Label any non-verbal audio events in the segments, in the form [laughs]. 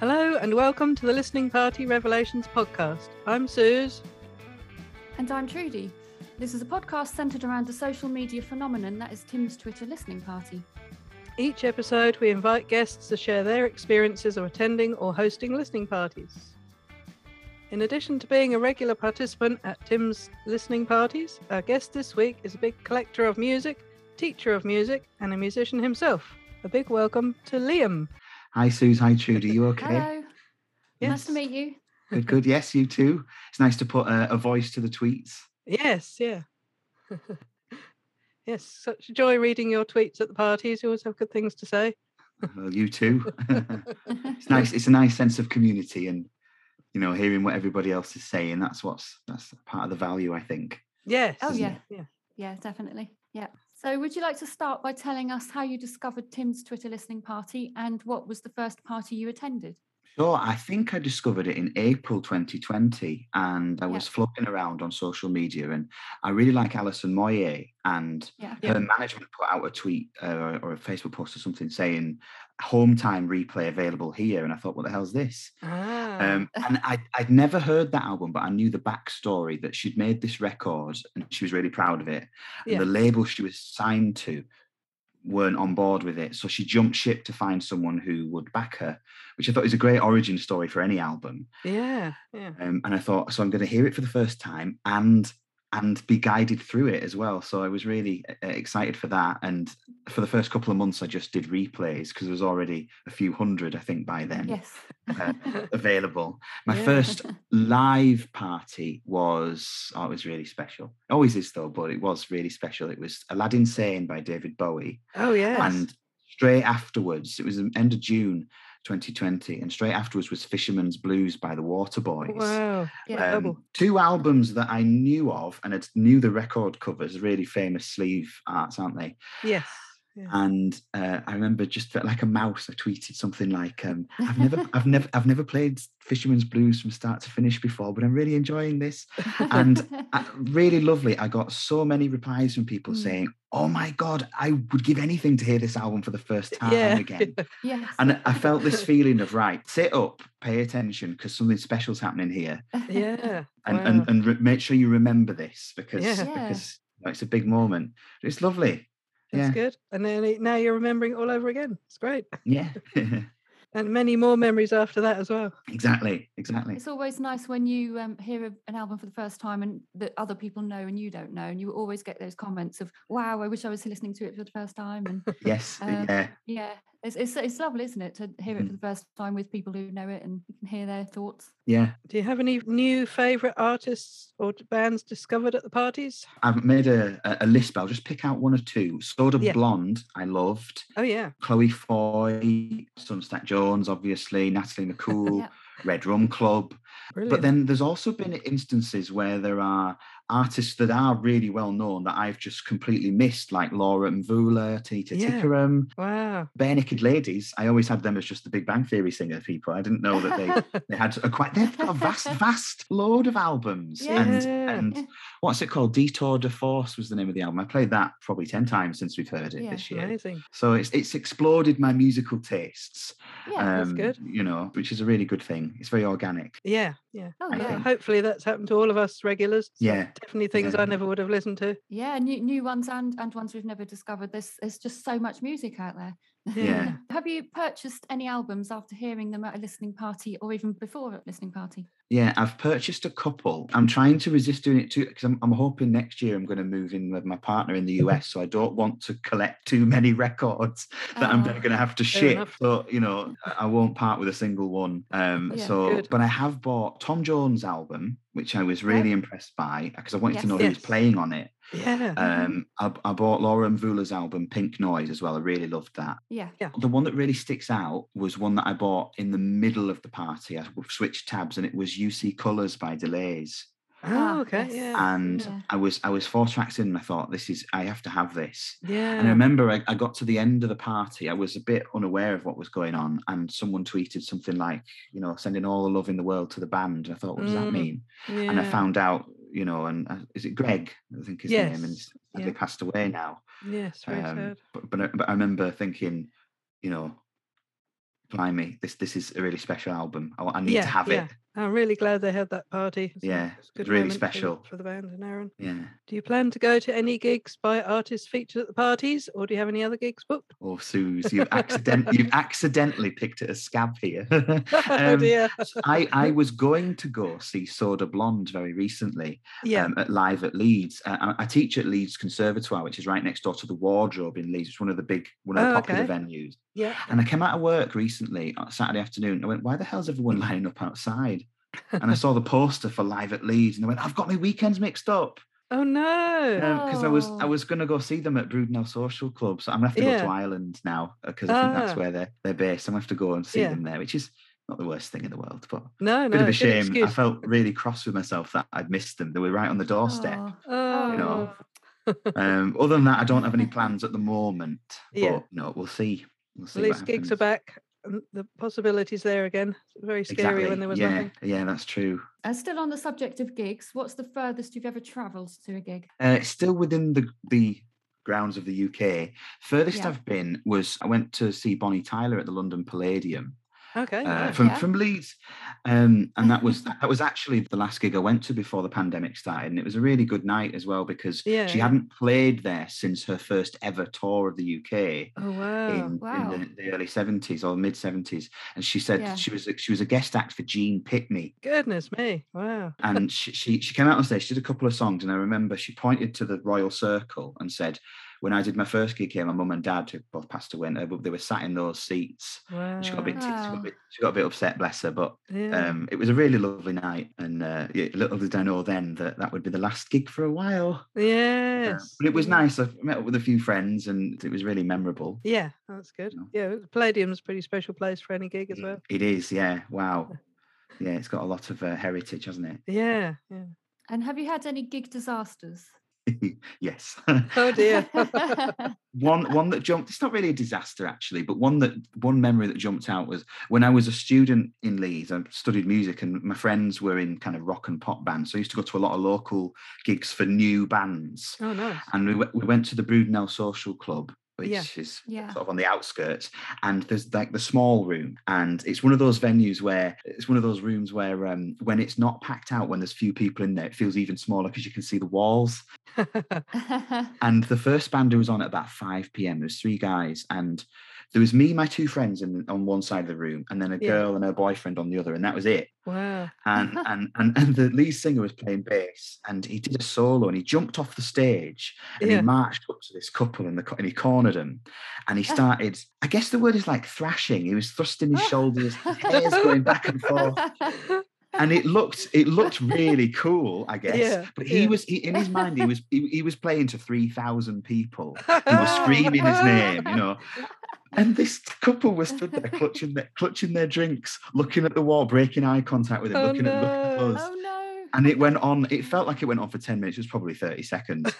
Hello and welcome to the Listening Party Revelations podcast. I'm Suze. And I'm Trudy. This is a podcast centered around the social media phenomenon that is Tim's Twitter listening party. Each episode, we invite guests to share their experiences of attending or hosting listening parties. In addition to being a regular participant at Tim's listening parties, our guest this week is a big collector of music, teacher of music, and a musician himself. A big welcome to Liam. Hi, Suze. Hi, [laughs] Trudy. You okay? Hello. Nice to meet you. Good, good. Yes, you too. It's nice to put a, a voice to the tweets. Yes, yeah. [laughs] yes, such a joy reading your tweets at the parties. You always have good things to say. Well, you too. it's [laughs] nice. It's a nice sense of community, and you know, hearing what everybody else is saying. That's what's that's part of the value, I think. Yes. Oh, Isn't yeah. it? Yeah. Yeah, definitely. Yeah. So, would you like to start by telling us how you discovered Tim's Twitter listening party and what was the first party you attended? Sure. I think I discovered it in April 2020, and I Yeah. was floating around on social media, and I really like Alison Moyer, and Yeah. Yeah. her management put out a tweet uh, or a Facebook post or something saying home time replay available here, and I thought, what the hell's this? Ah. Um, and I, I'd never heard that album, but I knew the backstory that she'd made this record and she was really proud of it. And Yeah. the label she was signed to weren't on board with it. So she jumped ship to find someone who would back her, which I thought is a great origin story for any album. yeah. Yeah. Um, and I thought, so I'm going to hear it for the first time and and be guided through it as well. So I was really uh, excited for that. And for the first couple of months, I just did replays because there was already a few hundred, I think, by then Yes. uh, available. My Yeah. first live party was oh, it was really special. It always is though, but it was really special. It was Aladdin Sane by David Bowie, Oh, yes. and straight afterwards, it was the end of June 2020, and straight afterwards was Fisherman's Blues by the Waterboys. Wow. Yeah. Um, double. two albums that I knew of and had knew the record covers, really famous sleeve arts, aren't they? Yes. Yeah. and uh, I remember just felt like a mouse. I tweeted something like, um, "I've never, [laughs] I've never, I've never played Fisherman's Blues from start to finish before, but I'm really enjoying this." [laughs] and Uh, really lovely. I got so many replies from people Hmm. Mm. saying, "Oh my god, I would give anything to hear this album for the first [laughs] time Yeah. again." yes. [laughs] And I felt [laughs] this feeling of right, sit up, pay attention, because something special's happening here, yeah. and wow. and, and re- make sure you remember this because Yeah. Yeah. because you know, it's a big moment. It's lovely. That's yeah. good. And then it- now you're remembering it all over again. It's great. Yeah. [laughs] And many more memories after that as well. exactly. Exactly. It's always nice when you um, hear a- an album for the first time and that other people know and you don't know, and you always get those comments of "Wow, I wish I was listening to it for the first time." And Uh, Yes, uh, Um, yeah, yeah, it's it's, it's lovely, isn't it, to hear it Mm-hmm. for the first time with people who know it and you can hear their thoughts. yeah. Do you have any new favourite artists or d- bands discovered at the parties? I've made a, a- a list, but I'll just pick out one or two. Soda Yeah. Blonde, I loved. Oh, yeah. Chloe Foy, Sunstack Jones, [laughs] obviously, Natalie McCool, Yeah. Red Rum Club. Brilliant. But then there's also been instances where there are artists that are really well known that I've just completely missed, like Laura Mvula, Tita Yeah. Tikaram, [laughs] wow. Bare Naked Ladies. I always had them as just the Big Bang Theory singer people. I didn't know that they [laughs] they had a quite they've got a vast vast load of albums and Yeah. and Yeah. what's it called detour de force was the name of the album i played that probably 10 times since we've heard it Yeah, this year Amazing. so it's it's exploded my musical tastes um, Yeah. that's good. you know which is a really good thing it's very organic Yeah. Yeah. oh I Yeah, [laughs] yeah. think- Hopefully that's happened to all of us regulars. It's Yeah. Definitely things I Yeah. never would have listened to. Yeah, new new ones and and ones we've never discovered. There's there's just so much music out there. [laughs] Yeah. [laughs] Have you purchased any albums after hearing them at a listening party or even before a listening party? yeah i've purchased a couple i'm trying to resist doing it too because I'm, I'm hoping next year i'm going to move in with my partner in the Mm-hmm. us so i don't want to collect too many records that I'm Oh, then going to have to Ah, fair ship. enough. So you know, I I won't part with a single one. Um, Yeah, so, good. but I have bought Tom Jones' album, which I was Right. really impressed by because I wanted Yes. to know who was Yes. Mm-hmm. playing on it. Yeah. Mhm. Um, I, I bought Laura Mvula's album Pink Noise as well. I really loved that. yeah. The one that really sticks out was one that I bought in the middle of the party. I switched tabs, and it was UC Colors by Delays oh, ah, okay. yes. Yeah. Uh, and Yeah. I was I was four tracks in and I thought this is I have to have this. Yeah. And I remember I, I got to the end of the party. I was a bit unaware of what was going on, and someone tweeted something like, you know, sending all the love in the world to the band. And I thought, what does Mm, that mean? yeah. And I found out, you know, and uh, is it Greg? I think his name, and Yes, yeah. and they passed away now. Yes. Very Um, sad. but but I, but I remember thinking, you know, blimey, this this is a really special album. I, I need Yeah, to have yeah. it. I'm really glad they had that party. It's a- Yeah, it's a good really moment for- special. for the band and Aaron. Yeah. Do you plan to go to any gigs by artists featured at the parties, or do you have any other gigs booked? [laughs] Or Oh, Suze, you've accident you've accidentally picked it as scab here. [laughs] oh Um, dear. I, I was going to go see Soda Blonde very recently Yeah. um, at live at Leeds. Uh, I, I teach at Leeds Conservatoire, which is right next door to the Wardrobe in Leeds. It's one of the big, one of the Oh, popular okay. venues. yeah. And I came out of work recently on Saturday afternoon. and I went, why the hell's everyone [laughs] lining up outside? And I saw the poster for Live at Leeds, and I went, I've got my weekends mixed [laughs] up Oh no. because I was I Oh. was gonna go see them at Broodnow Social Club. So I'm gonna have to go Yeah. to Ireland now because I think Ah. that's where they're they're based. I'm gonna have to go and see Yeah. them there, which is not the worst thing in the world, but no, no. bit of a good shame. I excuse. felt really cross with myself that I'd missed them. They were right on the doorstep. Oh, Oh, you know. Um, other than that, I don't have any plans at the moment. Yeah. But no, we'll see. We'll see. at what least gigs are happens. back. and The possibilities there again. It's Very scary when Exactly. there was yeah, nothing. yeah, that's true. And still on the subject of gigs, what's the furthest you've ever travelled to a gig? Uh, still within the the grounds of the UK. Furthest Yeah. I've been was I went to see Bonnie Tyler at the London Palladium. Okay. uh, Oh, yeah. from Yeah. from Leeds, um, and [laughs] that was that was actually the last gig I went to before the pandemic started, and it was a really good night as well because Yeah, she yeah. hadn't played there since her first ever tour of the UK. oh wow. In, wow. in the, the early 70s or mid 70s and she said Yeah. she was a- she was a guest act for Gene [laughs] Pitney Goodness me. Wow. and she, she she came out on stage she did a couple of songs and I remember she pointed to the Royal Circle and said when I did my first gig here my mum and dad who both passed away uh, they were sat in those seats Wow. and she got a bit, t- she got a Wow. bit she got a bit upset bless her but Oh. yeah. um, it was a really lovely night, and uh, yeah, little did I know then that that would be the last gig for a while. Uh, yes. but it was yeah. nice. I met up with a few friends, and it was really memorable. Yeah, that's good. know. Yeah, the Palladium's a pretty special place for any gig as well. It is, yeah. [laughs] Wow, yeah. It's got a lot of uh, heritage, hasn't Yeah, yeah. And have you had any gig disasters? it? yes. [laughs] Oh dear. [laughs] one one that jumped. It's not really a disaster actually, but one that one memory that jumped out was when I was a student in Leeds. I studied music, and my friends were in kind of rock and pop bands. So I used to go to a lot of local gigs for new bands. oh nice. [laughs] and we, w- we went to the Broodnell Social Club, which Yeah. is [laughs] [laughs] yeah. sort of on the outskirts. And there's like the small room, and it's one of those venues where it's one of those rooms where um, when it's not packed out, when there's few people in there, it feels even smaller because you can see the walls. [laughs] And the first band who was on at about 5 p.m. There was three guys, and there was me, my two friends, in, on one side of the room, and then a Yeah. girl and her boyfriend on the other, and that was it Wow. [laughs] and and and, and the lead singer was playing bass and he did a solo and he jumped off the stage and Yeah. he marched up to this couple and, the, co- and he cornered him and Ah. he started i guess the word is like thrashing he was thrusting [laughs] his shoulders hair's going back and forth Oh, and it looked it looked really cool i [laughs] guess Yeah, but he yeah. was he, in his mind he was he, he was playing to 3000 people he was Ah. screaming his name, you [laughs] know. And this couple was stood there clutching their, clutching their drinks, looking at the wall, breaking eye contact with him, Oh, looking, at, looking no. at us. Oh no. And it went on, it felt like it went on for 10 minutes, it was probably 30 seconds.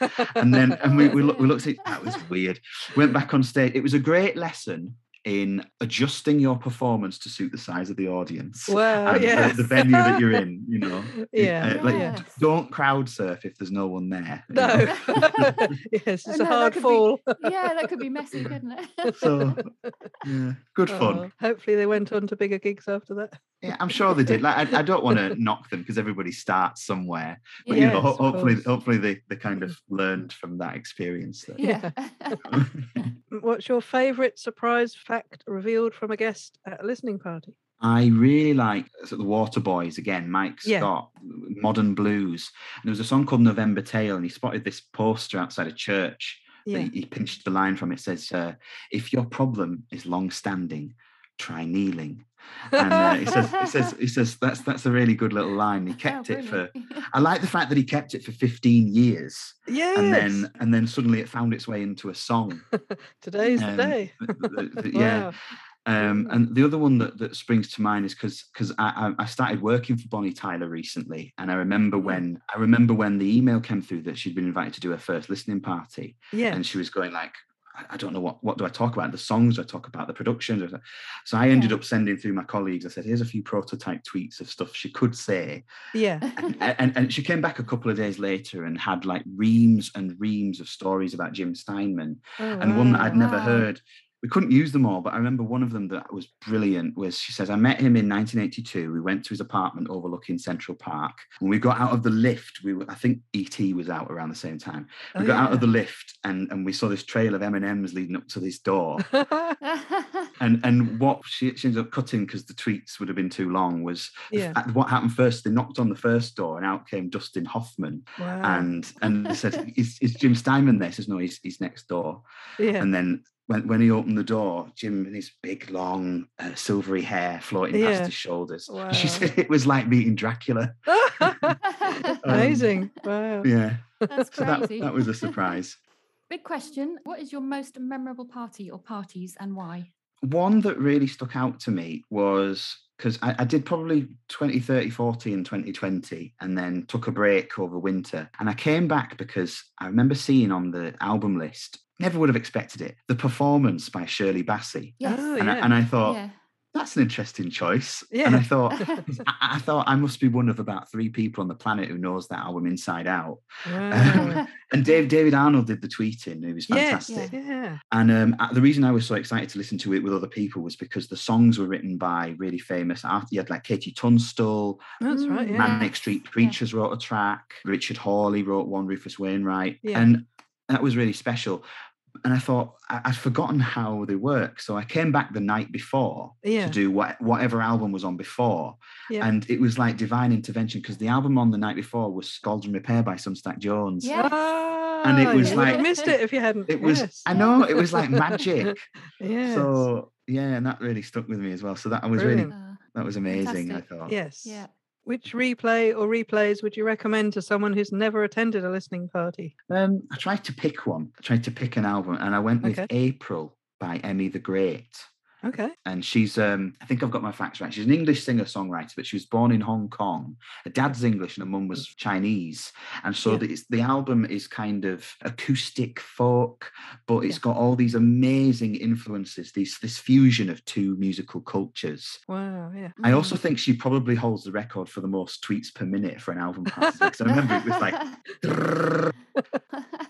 [laughs] And then and we, we, look, we looked at it, that was weird. Went back on stage. It was a great lesson in adjusting your performance to suit the size of the audience. Wow. and the- Yeah. the, [laughs] venue that you're in, you know. It- Yeah. uh, like, Yeah. Don't crowd surf if there's no one there. you know. No. [laughs] [laughs] yes, it's Oh, no, a that hard could be fall. [laughs] yeah, that could be messy, couldn't [laughs] [laughs] it? [laughs] So, yeah, good fun. Uh-oh. [laughs] Hopefully they went on to bigger gigs after that. Yeah, I'm sure they did. Like, I, I [laughs] don't want to knock them because everybody starts somewhere. But [laughs] you know, Yes, ho- of hopefully, course. hopefully they, they kind of learned from that experience. That, yeah. M- Mm, What's your favourite surprise fact revealed from a guest at a listening party? I really like sort of the Water Boys again, Mike Yeah. Scott, Modern Blues. And there was a song called November Tale, and he spotted this poster outside a church. that Yeah. He, he pinched the line from it says, uh, "If your problem is long-standing, try kneeling." And [laughs] uh, he says, he says, he says, that's that's a really good little line. Oh, He Oh, kept it for. [laughs] I like the fact that he kept it for 15 years. yes. and then and then suddenly it found its way into [laughs] a song. Today's um, the day. Th- th- th- yeah. Wow. Um, and the other one that, that springs to mind is because because I, I I started working for Bonnie Tyler recently, and I remember Mm. when I remember when the email came through that she'd been invited to do her first listening party, Yeah. and she was going like. "I- I don't know what what do I talk about the songs do I talk about the productions or so-" so I ended Yeah. up sending through my colleagues I said here's a few prototype tweets of stuff she could [laughs] say yeah. A- and, and she came back a couple of days later and had like reams and reams of stories about Jim Steinman Oh, and one that Mm, wow. I'd never wow. heard. we couldn't use them all, but I remember one of them that was brilliant was she says, I met him in 1982. We went to his apartment overlooking Central Park. When we got out of the lift, we were, I think ET was out around the same time. We Oh, got out yeah. of the lift and, and we saw this trail of M&Ms leading up to this door. and and what she, she ended up cutting because the tweets would have been too long was the [laughs] [laughs] yeah. fact- what happened first. They knocked on the first door and out came Dustin Hoffman. Wow. And and they said, is, is Jim Steinman there? He says, no, he's, he's next door. yeah. [laughs] And then when, when he opened the door, Jim with his big, long, uh, silvery hair floating Yeah. past his shoulders. And She Wow. said it was like meeting Dracula. [laughs] Amazing. Wow. um, Yeah. That's So that, crazy. that was a surprise. Big question. What is your most memorable party or parties and why? One that really stuck out to me was because I, I did probably 20, 30, 40 in 2020 and then took a break over winter. And I came back because I remember seeing on the album list, never would have expected it, the performance by Shirley Bassey. Yes. Oh, and, yeah. I, and I thought, yeah. [laughs] that's an interesting choice. And I Yeah. thought, I, I thought I must be one of about three people on the planet who knows that album inside out. [laughs] Uh, Wow. And Dave, David Arnold did the tweeting, who was yes. fantastic. Yeah. And um, uh, the reason I was so excited to listen to it with other people was because the songs were written by really famous artists. You had like Katie Tunstall, That's right. Mm, Yeah. Manic Street Yeah. Preachers wrote a track, Richard Hawley wrote one, Rufus Wainwright. Yeah. And that was really special. And I thought I- I'd forgotten how they work. So I came back the night before Yeah. to do what, whatever album was on before. Yeah. And it was like divine intervention because the album on the night before was Scald and Repair by Substack Jones. Yeah. And it was would have like- missed it if you hadn't. It was, Yes. I know, it [laughs] was like magic. Yes. So, yeah, and that really stuck with me as well. So that was Brilliant. really, that was amazing, Fantastic. I thought. yes. yeah. Which replay or replays would you recommend to someone who's never attended a listening party? Um, I tried to pick one, I tried to pick an album, and I went with Okay. April by Emmy the Great. Okay. And she's, um, I think I've got my facts right. She's an English singer songwriter, but she was born in Hong Kong. Her dad's English and her mum was Chinese. And so Yeah. the, it's- the album is kind of acoustic folk, but it's Yeah. got all these amazing influences, these, this fusion of two musical cultures. Wow. Yeah. Mm-hmm. I also think she probably holds the record for the most tweets per minute for an album party. Because I remember it was like, [laughs] "Drrrr,"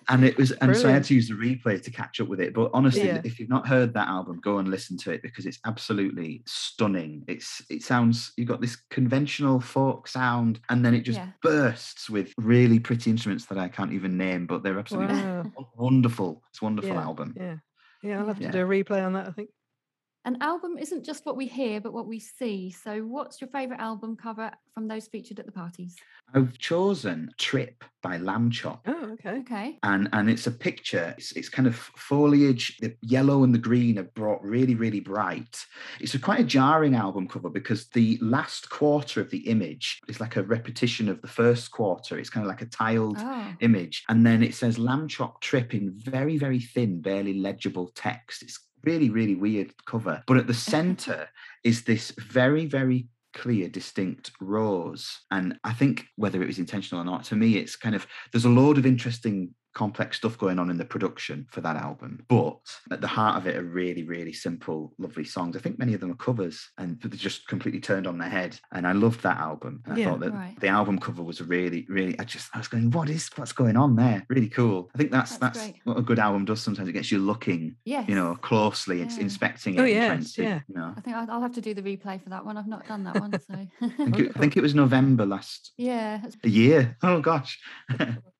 and it was, and so I had Brilliant. to use the replay to catch up with it. But honestly, Yeah. if you've not heard that album, go and listen to it because it's absolutely stunning. It's it sounds you've got this conventional folk sound, and then it just Yeah. bursts with really pretty instruments that I can't even name, but they're absolutely Wow. wonderful. It's a wonderful Yeah. album. Yeah. Yeah. I'll have Yeah. to do a replay on that, I think. [laughs] An album isn't just what we hear, but what we see. So, what's your favourite album cover from those featured at the parties? I've chosen Trip by Lamb Chop. Oh, okay. Okay. and and it's a picture it's, it's kind of foliage the yellow and the green are brought really really bright it's a quite a jarring album cover because the last quarter of the image is like a repetition of the first quarter it's kind of like a tiled Oh. image and then it says lamb chop trip in very very thin barely legible text it's really really weird cover but at the center is this very very clear distinct rose and i think whether it was intentional or not to me it's kind of there's a load of interesting complex stuff going on in the production for that album but at the heart of it are really really simple lovely songs i think many of them are covers and they're just completely turned on their head and i loved that album and Yeah. i thought that Right. the album cover was really really i just i was going what is what's going on there really cool i think that's That's that's, great. what a good album does sometimes it gets you looking Yes. you know closely it's Yeah. inspecting it Oh, and yes, trying to yeah. you know I think I'll, I'll have to do the replay for that one. I've not done that one. I So, [laughs] think, it, I Wonderful. think it was November last yeah. that's- year. [laughs] Oh gosh.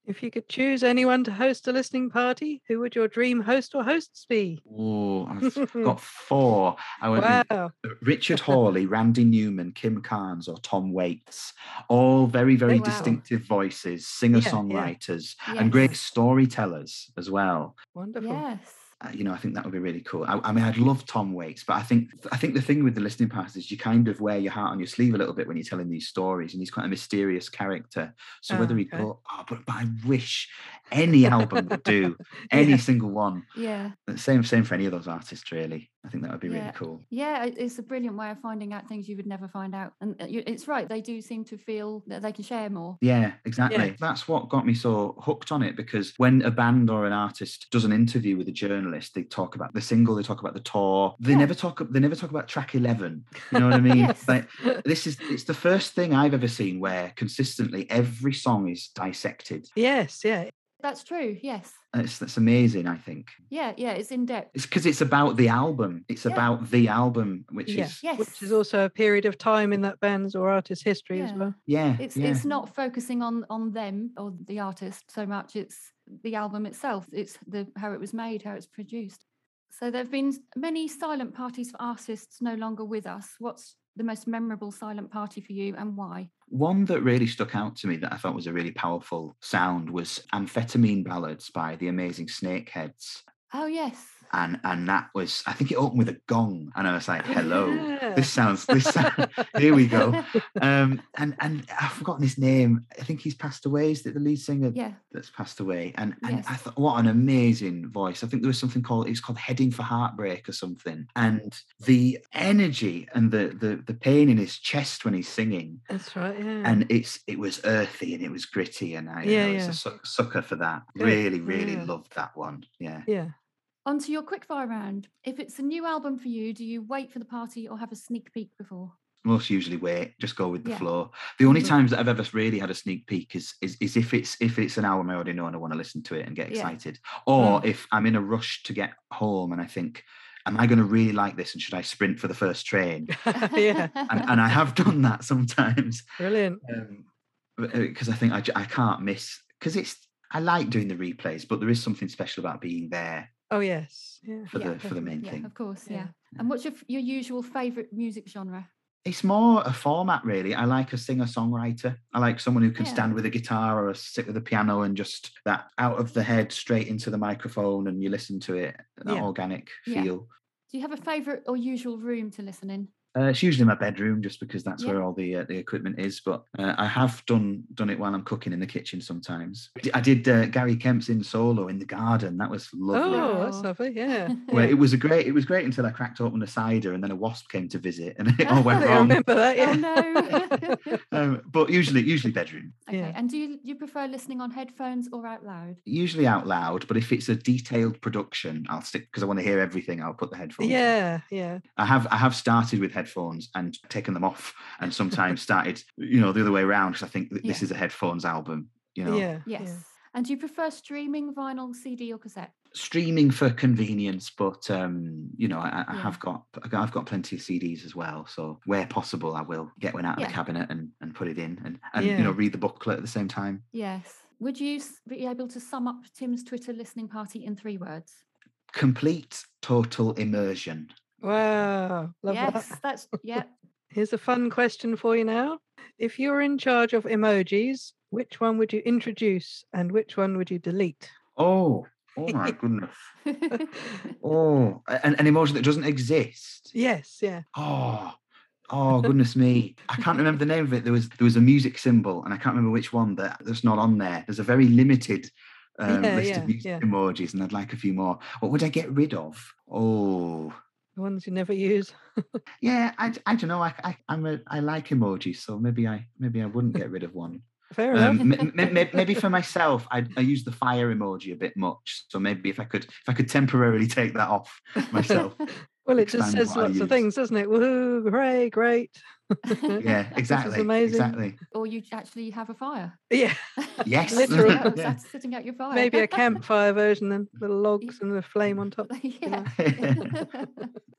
If you could choose anyone to host a listening party, who would your dream host or hosts be? Oh, I've [laughs] got four. I went with Wow. [laughs] Richard Hawley, Randy Newman, Kim Carnes, or Tom Waits. All very, very Oh, wow. distinctive voices, singer songwriters, and great Yes. storytellers as well. Wonderful. Yes. Uh, you know, I think that would be really cool. I, I mean, I'd love Tom Waits, but I think I think the thing with the listening parties is you kind of wear your heart on your sleeve a little bit when you're telling these stories, and he's quite a mysterious character. So Oh, whether he okay. go, oh, but, but I wish any album would do, any Yeah. single one. Yeah. The Same same for any of those artists, really. I think that would be Yeah. really cool. Yeah, it- it's a brilliant way of finding out things you would never find out. And uh, you- it's right, they do seem to feel that they can share more. Yeah, exactly. That's what got me so hooked on it because when a band or an artist does an interview with a journalist, they talk about the single, they talk about the tour. They Yeah. never talk they never talk about track 11. You know what I mean? Yes. Like this is it's the first thing I've ever seen where consistently every song is dissected. [laughs] Yes, yeah. That's true. Yes. That's, that's amazing, I think. Yeah. Yeah. It's in depth. It's because it's about the album. It's Yeah. about the album, which Yeah. is, Yes. which is also a period of time in that band's or artist's history as Yeah. well. yeah. it's yeah. it's not focusing on on them or the artist so much it's the album itself it's the how it was made how it's produced so there have been many silent parties for artists no longer with us what's the most memorable silent party for you and why One that really stuck out to me that I thought was a really powerful sound was Amphetamine Ballads by the amazing Snakeheads. oh yes And and that was, I think it opened with a gong. And I was like, [laughs] hello. Oh, Yeah. This sounds this sound, [laughs] here we go. Um and and I've forgotten his name. I think he's passed away. Is it the lead singer yeah that's passed away? And and I Yes. thought what an amazing voice. I think there was something called it was called Heading for Heartbreak or something. And the energy and the the the pain in his chest when he's singing That's right. Yeah. and it's it was earthy and it was gritty and I, Mm. Yeah, I was yeah. a suck, sucker for that. Good, Really, really yeah. loved that one. Yeah. [laughs] yeah. [laughs] on to your quickfire round if it's a new album for you do you wait for the party or have a sneak peek before Most usually wait, just go with the Yeah. Mm-hmm. flow. The only Mhm. times that I've ever really had a sneak peek is, is is if it's if it's an album I already know and I want to listen to it and get Yeah. Mm. excited. Or if I'm in a rush to get home and I think, am I going to really like this and should I sprint for the first train? [laughs] yeah. [laughs] And, and I have done that [laughs] sometimes. Brilliant. Um, because I think I, j- I can't miss because it's I like doing the replays, but there is something special about being there Oh, yes. Yeah. for Yeah, the for the main yeah thing. of course yeah, Yeah. and what's your f- your usual favorite music genre It's more a format, really. I like a singer songwriter. I like someone who can Yeah. stand with a guitar or sit with a piano and just that out of the head straight into the microphone, and you listen to it. That Yeah. organic Yeah. feel. Do you have a favourite or usual room to listen [laughs] in? Uh, it's usually my bedroom, just because that's Yeah. where all the uh, the equipment is. But uh, I have done done it while I'm cooking in the kitchen sometimes. I di- I did uh, Gary Kemp's in solo in the garden. That was lovely. Oh, that's Wow. lovely. [laughs] Yeah. Well, Yeah. it was a great. It was great until I cracked open a cider, and then a wasp came to visit, and [laughs] it [laughs] all I went think I wrong. remember that. Oh [laughs] Yeah. [laughs] no. [laughs] okay. Um, but usually, usually bedroom, Yeah. And do you, you prefer listening on headphones or out loud? usually out loud. But if it's a detailed production, I'll stick because I want to hear everything. I'll put the headphones. in. Yeah. Yeah. I have. I have started with headphones and taken them off, and sometimes started, you know, the other way around because I think that this Yeah. is a headphones album. You know, Yeah. Yes. And do you prefer streaming, vinyl, CD, or cassette? streaming for convenience, but um, you know, I, I Yeah. have got. I've got plenty of CDs as well. So where possible, I will get one out of Yeah. the cabinet and and put it in, and and Yeah. you know, read the booklet at the same time. Yes. Would you s- be able to sum up Tim's Twitter listening party in three words? complete total immersion. Wow. Love yes, that. that's yeah. [laughs] Here's a fun question for you now. If you were in charge of emojis, which one would you introduce and which one would you delete? Oh, oh my goodness. Oh, a- an, an emotion that doesn't exist. Yes. Yeah. Oh, oh goodness me. I can't remember the name of it. There was there was a music symbol, and I can't remember which one that that's not on there. There's a very limited. Um, Yeah, list yeah, of music yeah. emojis, and I'd like a few more. What would I get rid of? Oh, The ones you never use. yeah, I, I don't know. I, I I'm a I like emojis, so maybe I maybe I wouldn't get rid of one. [laughs] Fair enough. um, m- m- m- maybe for myself I, I use the fire emoji a bit much so maybe if i could if i could temporarily take that [laughs] off myself Well, it just expand says what I lots use. of things, doesn't it? Woohoo! Hooray! Great. [laughs] yeah exactly amazing. exactly or you actually have a fire. Yeah. Yes. Literally. [laughs] Sitting out- Yeah. Sitting out your fire. Maybe a campfire version, then little logs and the flame on top. [laughs] yeah. [laughs]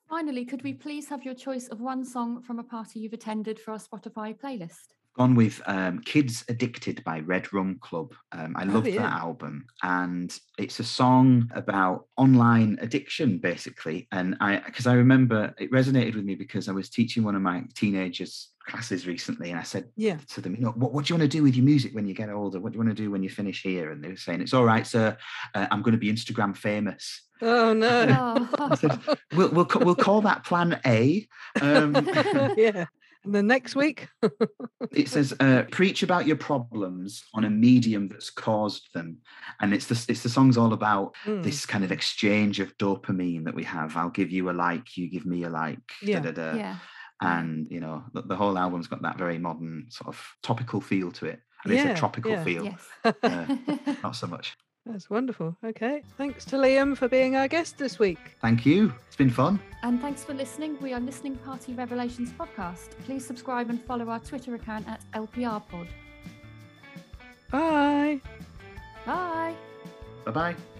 Finally, could we please have your choice of one song from a party you've attended for our Spotify playlist? [laughs] [laughs] gone with um, kids addicted by red rum club um, i Oh, love yeah. that album and it's a song about online addiction basically and i because i remember it resonated with me because i was teaching one of my teenagers classes recently and i said Yeah. to them, you know, what, what do you want to do with your music when you get older? What do you want to do when you finish here? And they were saying, it's all right, sir. Uh, I'm going to be Instagram famous. Oh no. Oh, [laughs] We'll we'll, ca- we'll call that Plan A. [laughs] Um, Oh. [laughs] yeah. And then next week. it says, uh, preach about your problems on a medium that's caused them, and it's the it's the song's all about Mm, this kind of exchange of dopamine that we have. I'll give you a like, you give me a like. Yeah, da, da, da. yeah. And you know, the, the whole album's got that very modern sort of topical feel to it. And it's Yeah, a tropical yeah. feel, Yes. uh, not so much. That's wonderful. Okay. Thanks to Liam for being our guest this week. Thank you. It's been fun. [laughs] and thanks for listening. We are Listening Party Revelations podcast. Please subscribe and follow our Twitter account at LPR Pod. Bye. Bye. Bye bye.